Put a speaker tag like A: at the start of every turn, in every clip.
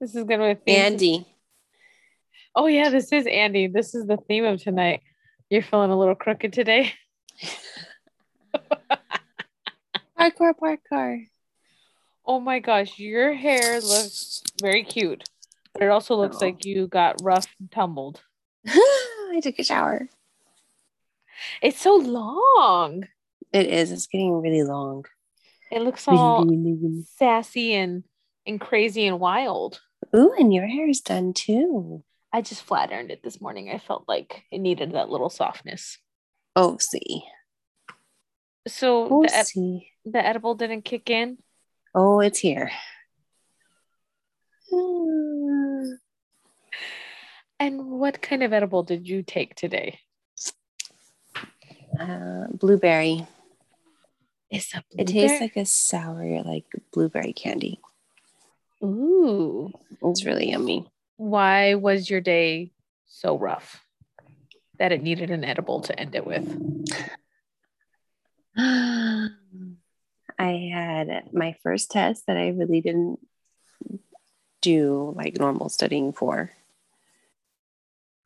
A: This is gonna be a theme.
B: Andy.
A: Oh yeah, this is Andy. This is the theme of tonight. You're feeling a little crooked today.
B: Parkour, parkour.
A: Oh my gosh, your hair looks very cute, but it also looks
B: Oh.
A: like you got rough and tumbled.
B: I took a shower.
A: It's so long.
B: It is. It's getting really long.
A: It looks all
B: Ooh,
A: sassy and and crazy and wild.
B: and your hair is done too.
A: I just flat ironed it this morning. I felt like it needed that little softness.
B: Oh, see.
A: So
B: Oh,
A: the, ed-
B: see.
A: the edible didn't kick in.
B: Oh, it's here. Mm,
A: And what kind of edible did you take today?
B: Uh, blueberry.
A: It's a
B: It tastes like a sour, like blueberry candy.
A: ooh.
B: It's really yummy.
A: Why was your day so rough that it needed an edible to end it with?
B: I had my first test that I really didn't do like normal studying for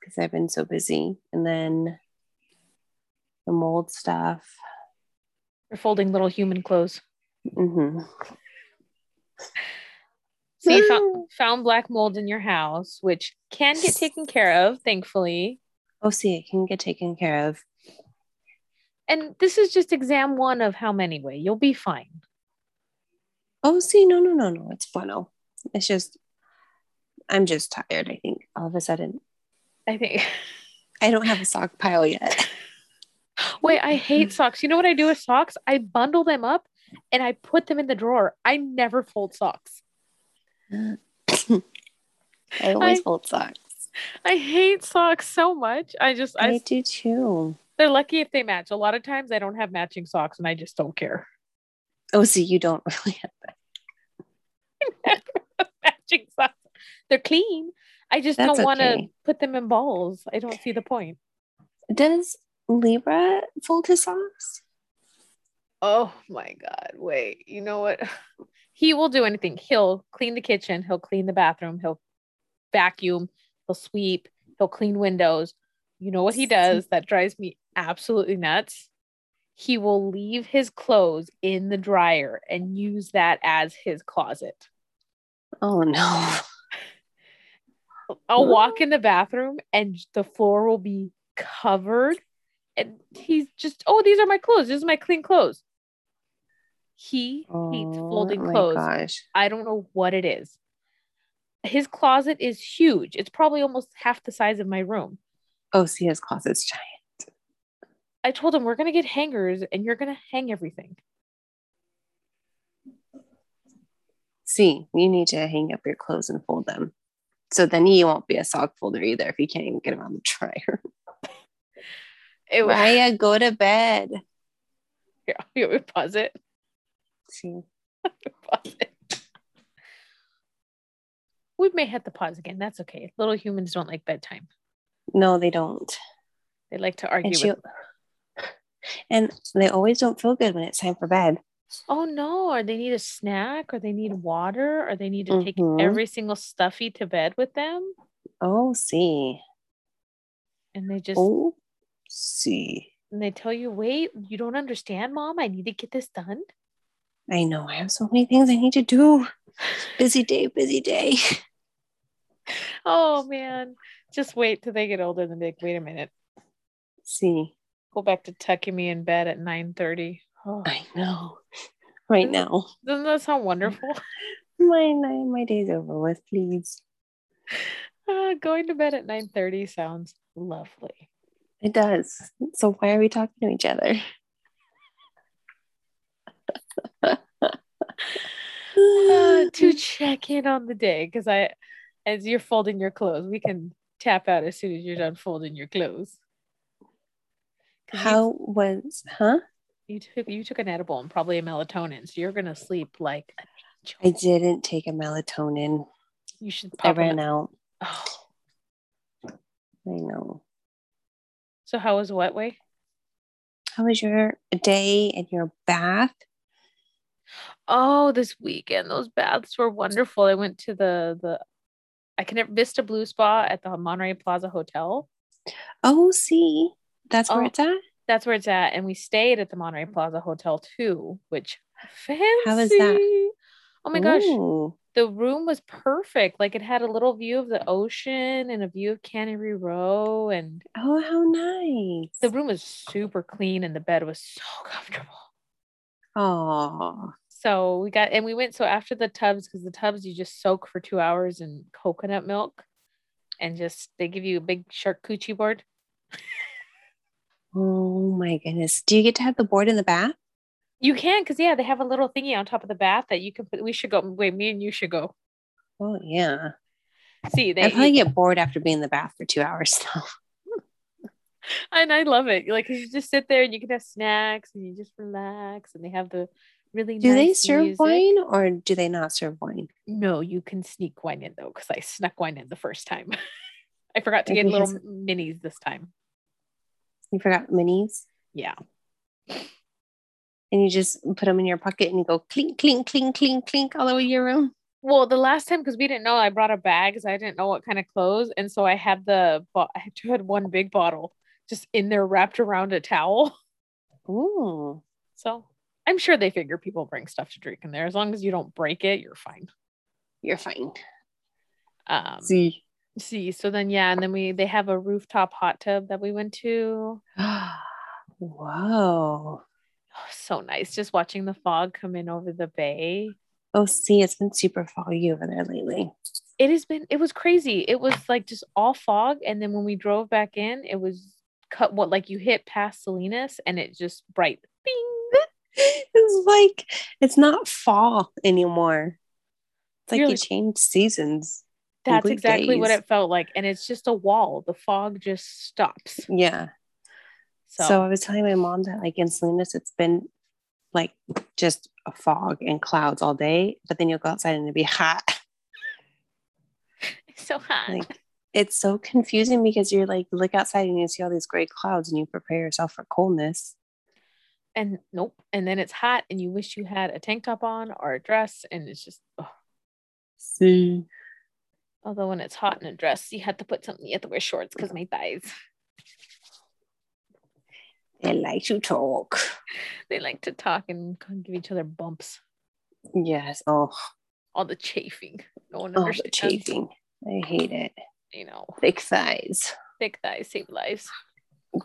B: because I've been so busy. And then the mold stuff.
A: You're folding little human clothes.
B: hmm
A: So you found, found black mold in your house, which can get taken care of, thankfully.
B: Oh, see, it can get taken care of.
A: And this is just exam one of how many way. You'll be fine.
B: Oh, see, no, no, no, no. It's funnel. It's just, I'm just tired, I think, all of a sudden.
A: I think.
B: I don't have a stockpile yet.
A: Wait, I hate socks. You know what I do with socks? I bundle them up and I put them in the drawer. I never fold socks.
B: I always
A: I-
B: fold socks.
A: I hate socks so much. I just,
B: I
A: I,
B: do too.
A: they're lucky if they match. A lot of times I don't have matching socks and I just don't care.
B: Oh, so you don't really have that.
A: matching socks. They're clean. I just
B: That's
A: don't want to
B: okay.
A: put them in balls. I don't see the point.
B: Does Libra fold his socks?
A: Oh my God. Wait, you know what? He will do anything. He'll clean the kitchen, he'll clean the bathroom, he'll vacuum, he'll sweep, he'll clean windows. You know what he does that drives me absolutely nuts? He will leave his clothes in the dryer and use that as his closet.
B: Oh no.
A: I'll walk in the bathroom and the floor will be covered. And he's just, oh, these are my clothes. This is my clean clothes. He hates folding
B: Oh my
A: clothes.
B: gosh.
A: I don't know what it is. His closet is huge. It's probably almost half the size of my room.
B: Oh, see his closet's giant.
A: I told him, we're going to get hangers and you're going to hang everything.
B: See, you need to hang up your clothes and fold them. So then he won't be a sock folder either if he can't even get him on the dryer.
A: It was,
B: Raya, uh, go to bed.
A: here, here, we pause it.
B: See.
A: Pause it. We may have to pause again. That's okay. Little humans don't like bedtime.
B: No, they don't.
A: They like to argue
B: And
A: with
B: she and they always don't feel good when it's time for bed.
A: Oh no, or they need a snack, or they need water, or they need to take
B: Mhm.
A: every single stuffy to bed with them.
B: Oh, see.
A: And they just
B: Oh, see.
A: and they tell you, wait, you don't understand, mom. I need to get this done.
B: I know. I have so many things I need to do. Busy day, busy day.
A: Oh man. Just wait till they get older and they like, wait a minute.
B: See,
A: Go back to tucking me in bed at 9 30. Oh,
B: I know. Right now,
A: doesn't that sound wonderful?
B: my night, my day's over with. Please,
A: Uh, going to bed at 9 30 sounds lovely.
B: it does. So why are we talking to each other?
A: Uh, to check in on the day, because I as you're folding your clothes, we can tap out as soon as you're done folding your clothes. 'Cause you-
B: How was huh?
A: you took you took an edible and probably a melatonin, so you're gonna sleep like an angel.
B: I didn't take a melatonin.
A: you should
B: I
A: pop
B: ran
A: in.
B: out.
A: Oh.
B: I know.
A: So how was what way?
B: How was your day and your bath?
A: Oh, this weekend those baths were wonderful. I went to the the I can at Vista Blue Spa at the Monterey Plaza Hotel.
B: Oh, see, that's where
A: Oh.
B: it's at.
A: That's where it's at. And we stayed at the Monterey Plaza Hotel too, which fancy.
B: is that?
A: Oh my gosh.
B: Ooh.
A: The room was perfect. Like it had a little view of the ocean and a view of Cannery Row. And
B: Oh, how nice.
A: the room was super clean and the bed was so comfortable.
B: oh,
A: So we got, and we went. So after the tubs, because the tubs you just soak for two hours in coconut milk and just they give you a big charcuterie board.
B: oh my goodness. Do you get to have the board in the bath?
A: You can, because yeah, they have a little thingy on top of the bath that you can put. We should go. Wait, me and you should go.
B: Oh yeah.
A: See, they,
B: I probably get bored after being in the bath for two hours though.
A: and I love it. Like 'cause you just sit there and you can have snacks and you just relax. And they have the really.
B: Do they
A: nice
B: serve
A: music.
B: wine or do they not serve wine?
A: No, you can sneak wine in though, because I snuck wine in the first time. I forgot to
B: If
A: get
B: you
A: little
B: has-
A: minis this time.
B: You forgot minis?
A: Yeah.
B: And you just put them in your pocket and you go clink, clink, clink, clink, clink all over your room.
A: Well, the last time because we didn't know, I brought a bag because I didn't know what kind of clothes, and so I had the bo- I had one big bottle just in there wrapped around a towel.
B: Ooh.
A: So I'm sure they figure people bring stuff to drink in there as long as you don't break it, you're fine.
B: You're fine.
A: Um, see.
B: See.
A: so then yeah, and then we they have a rooftop hot tub that we went to.
B: Whoa.
A: Oh, so nice, just watching the fog come in over the bay.
B: Oh, see, it's been super foggy over there lately.
A: It has been it was crazy. It was like just all fog, and then when we drove back in, it was cut what like you hit past Salinas and it just bright bing.
B: It's like it's not fall anymore. It's like
A: You're
B: you
A: like-
B: changed seasons.
A: That's
B: Complete
A: exactly what
B: daze.
A: it felt like, and it's just a wall. The fog just stops.
B: Yeah.
A: So,
B: So. I was telling my mom that like in Salinas, it's been like just a fog and clouds all day, but then you'll go outside and it'll be hot.
A: it's so hot.
B: Like it's so confusing because you're like look outside and you see all these gray clouds and you prepare yourself for coldness.
A: and nope. And then it's hot, and you wish you had a tank top on or a dress, and it's just. ugh.
B: See.
A: Although when it's hot in a dress, you have to put something. You have to wear shorts because my thighs
B: They like to talk.
A: they like to talk and kind of give each other bumps.
B: Yes. Oh,
A: All the chafing. No one
B: oh the
A: understands.
B: chafing. I hate it.
A: You know,
B: Thick thighs.
A: thick thighs save lives.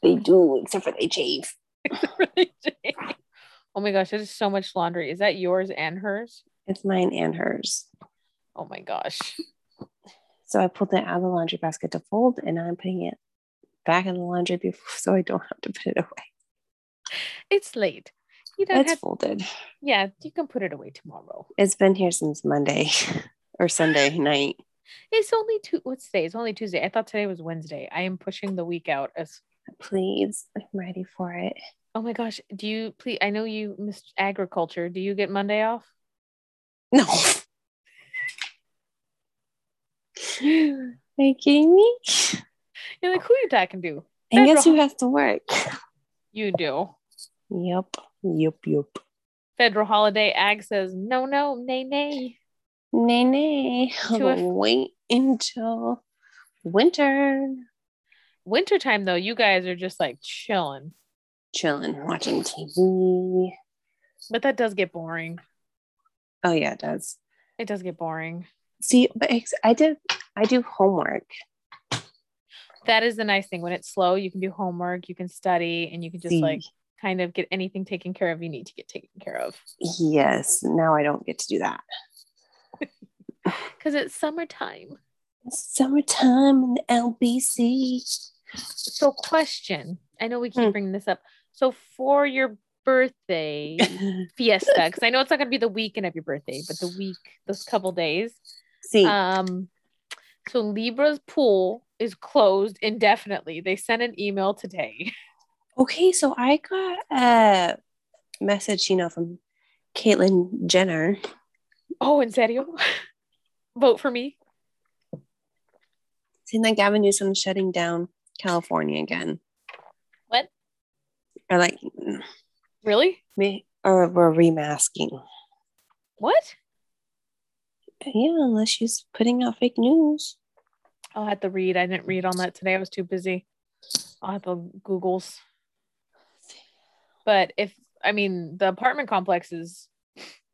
B: They do, except for they chafe.
A: Really, Jane? oh my gosh, there's so much laundry. Is that yours and hers?
B: It's mine and hers.
A: Oh my gosh.
B: So I pulled it out of the laundry basket to fold, and now I'm putting it back in the laundry before, so I don't have to put it away.
A: It's late. You don't
B: It's
A: have
B: folded.
A: Yeah, you can put it away tomorrow.
B: It's been here since Monday or Sunday night.
A: It's only two. What's today? It's only Tuesday. I thought today was Wednesday. I am pushing the week out as.
B: Please, I'm ready for it.
A: Oh my gosh! Do you please? I know you missed agriculture. Do you get Monday off?
B: No. Are you kidding me?
A: You're like, who you talking to?
B: And guess who
A: Federal.
B: has to work?
A: You do.
B: Yep. Yep. Yep.
A: Federal holiday. Ag says no, no, nay, nay.
B: Nay, nay.
A: To a-
B: Wait until winter.
A: Wintertime though, you guys are just like chilling,
B: Chilling, watching TV.
A: but that does get boring.
B: Oh, yeah, it does.
A: It does get boring.
B: See, but ex- I did. I do homework.
A: That is the nice thing. When it's slow, you can do homework, you can study, and you can just
B: See?
A: like kind of get anything taken care of you need to get taken care of.
B: yes. Now I don't get to do that.
A: Because it's summertime.
B: It's summertime in the LBC.
A: So, question. I know we keep
B: Hmm.
A: bringing this up. So, for your birthday fiesta, because I know it's not going to be the weekend of your birthday, but the week, those couple days.
B: See,
A: Um, so Libra's pool is closed indefinitely. They sent an email today.
B: okay, so I got a message, you know, from Caitlyn Jenner.
A: Oh, and serio, vote for me.
B: saying that Gavin Newsom shutting down California again.
A: What?
B: Or like,
A: Really?
B: me- or we're remasking.
A: What?
B: Yeah, unless she's putting out fake news.
A: I'll have to read. I didn't read on that today. I was too busy. I'll have to Google's. But if I mean the apartment complex is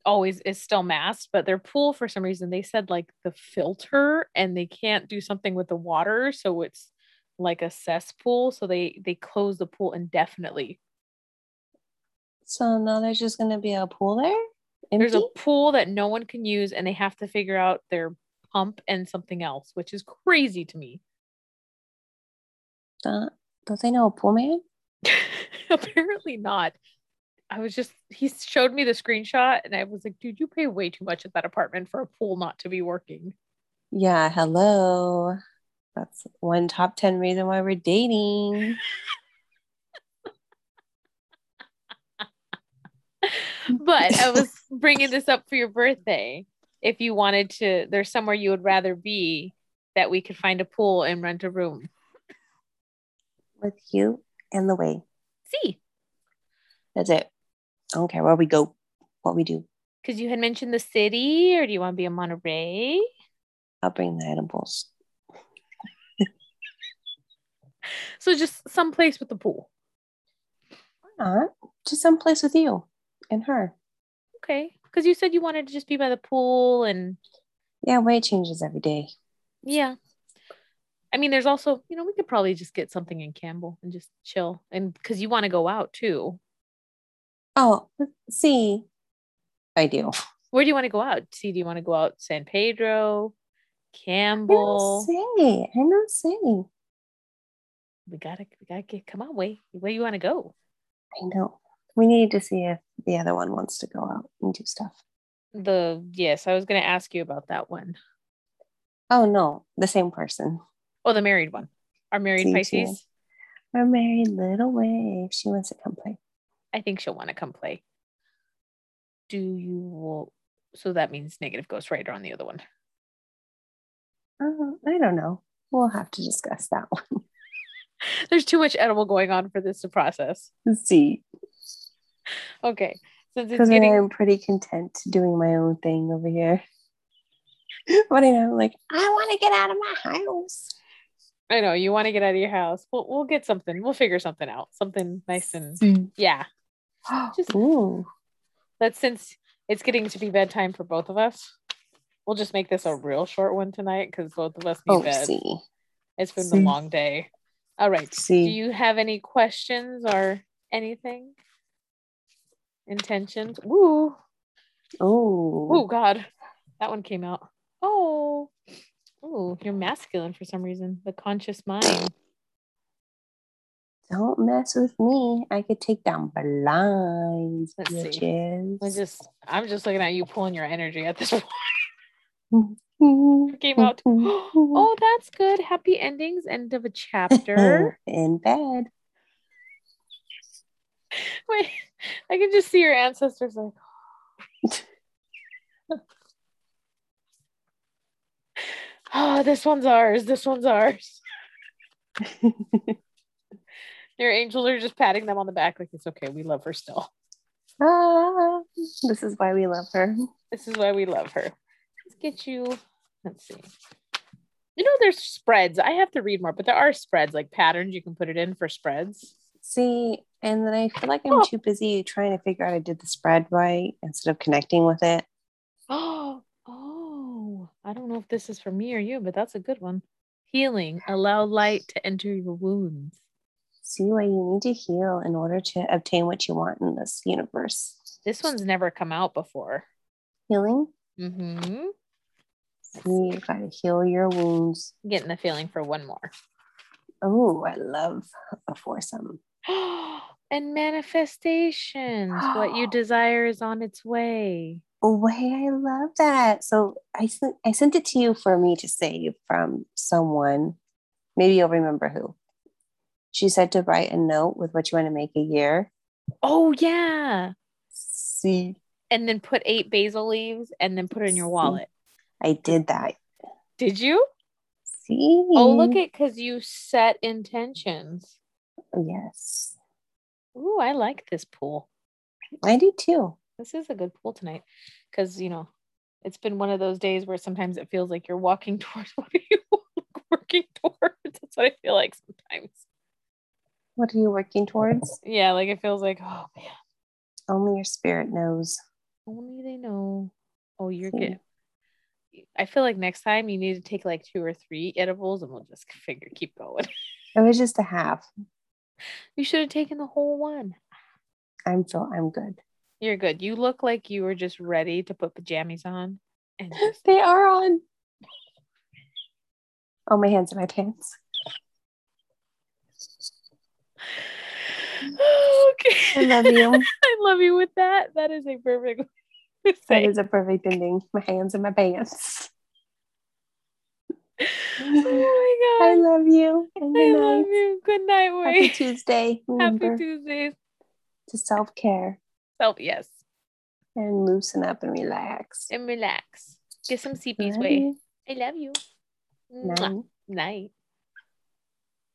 A: always is still masked, but their pool for some reason they said like the filter and they can't do something with the water, so it's like a cesspool. So they they close the pool indefinitely.
B: So now there's just going to be a pool there?
A: There's a pool that no one can use, and they have to figure out their pump and something else, which is crazy to me.
B: Uh, don't they know a pool man?
A: Apparently not. I was just he showed me the screenshot and I was like, dude, you pay way too much at that apartment for a pool not to be working.
B: Yeah, hello. That's one top 10 reason why we're dating.
A: but I was bringing this up for your birthday. If you wanted to, there's somewhere you would rather be that we could find a pool and rent a room.
B: With you and the way.
A: See,
B: That's it. I don't care where we go, what we do.
A: because you had mentioned the city, or do you want to be in Monterey?
B: I'll bring the edibles.
A: So just someplace with a pool.
B: Why not? Just someplace with you and her.
A: Okay. Because you said you wanted to just be by the pool and
B: Yeah, way changes every day.
A: yeah. I mean, there's also, you know, we could probably just get something in Campbell and just chill. And because you want to go out too.
B: Oh, let's see. I do.
A: Where do you want to go out? See, do you want to go out San Pedro, Campbell?
B: I know say. I know say.
A: We gotta, we gotta get. Come on, way, where you want to go?
B: I know. We need to see if the other one wants to go out and do stuff.
A: The yes, I was gonna ask you about that one.
B: Oh no, the same person.
A: Oh, the married one. Our married
B: Teacher.
A: Pisces.
B: Our married little wave. She wants to come play.
A: I think she'll want to come play. Do you? Will, so that means negative Ghost Rider on the other one.
B: Uh, I don't know. We'll have to discuss that one.
A: There's too much edible going on for this to process.
B: see,
A: Okay, since it's
B: because
A: getting
B: I'm pretty content doing my own thing over here. but I know, like, I want to get out of my house.
A: I know you want to get out of your house. We'll we'll get something. We'll figure something out. Something nice and yeah. Just-
B: Ooh,
A: But since it's getting to be bedtime for both of us, we'll just make this a real short one tonight because both of us need
B: oh,
A: bed.
B: see,
A: It's been
B: see.
A: a long day. All right. Do
B: see.
A: you have any questions or anything? Intentions? Woo. Oh
B: oh,
A: God, that one came out. Oh, oh, you're masculine for some reason. The conscious mind.
B: don't mess with me. I could take down blinds,
A: Let's see.
B: bitches.
A: I just, I'm just looking at you pulling your energy at this point.
B: came
A: Came out. Oh, that's good. Happy endings. End of a chapter.
B: in bed.
A: Wait, I can just see your ancestors like. Oh, this one's ours. This one's ours. Your angels are just patting them on the back, like it's okay. We love her still.
B: Ah, this is why we love her.
A: This is why we love her. Let's get you. Let's see. You know, there's spreads. I have to read more, but there are spreads, like patterns you can put it in for spreads.
B: See, and then I feel like
A: Oh.
B: I'm too busy trying to figure out I did the spread right instead of connecting with it.
A: Oh, oh, I don't know if this is for me or you, but that's a good one. Healing, allow light to enter your wounds.
B: See why you need to heal in order to obtain what you want in this universe.
A: This one's never come out before.
B: Healing.
A: Mm-hmm.
B: See, you gotta heal your wounds.
A: Getting the feeling for one more.
B: Oh, I love a foursome.
A: and manifestations, what you desire is on its way.
B: Oh, way I love that. So I sent I sent it to you for me to save from someone. Maybe you'll remember who. She said to write a note with what you want to make a year.
A: Oh, yeah.
B: See,
A: And then put eight basil leaves and then put it in your
B: See.
A: wallet.
B: I did that.
A: Did you?
B: See.
A: Oh, look at because you set intentions.
B: yes.
A: Ooh, I like this pool.
B: I do too.
A: this is a good pool tonight because you know it's been one of those days where sometimes it feels like you're walking towards what you want. working towards. That's what I feel like sometimes.
B: What are you working towards?
A: Yeah, like it feels like, oh man,
B: Only your spirit knows.
A: only they know. Oh, you're
B: Hmm.
A: good. I feel like next time you need to take like two or three edibles and we'll just figure keep going.
B: It was just a half.
A: You should have taken the whole one.
B: I'm so I'm good.
A: You're good. You look like you were just ready to put the jammies on and just
B: They are on. Oh, my hands in my pants. I
A: okay.
B: love you.
A: I love you with that. That is a perfect way to
B: that
A: say.
B: is a perfect ending. My hands in my pants.
A: oh my
B: I
A: god.
B: love you. And
A: I,
B: good
A: love
B: night.
A: you. Good night,
B: Happy
A: Way.
B: Tuesday.
A: Happy
B: Remember
A: Tuesdays.
B: to self care
A: Oh yes.
B: and loosen up and relax.
A: And relax. Get some CP's
B: Love
A: way.
B: you.
A: I love you. Mwah.
B: Night.
A: Night.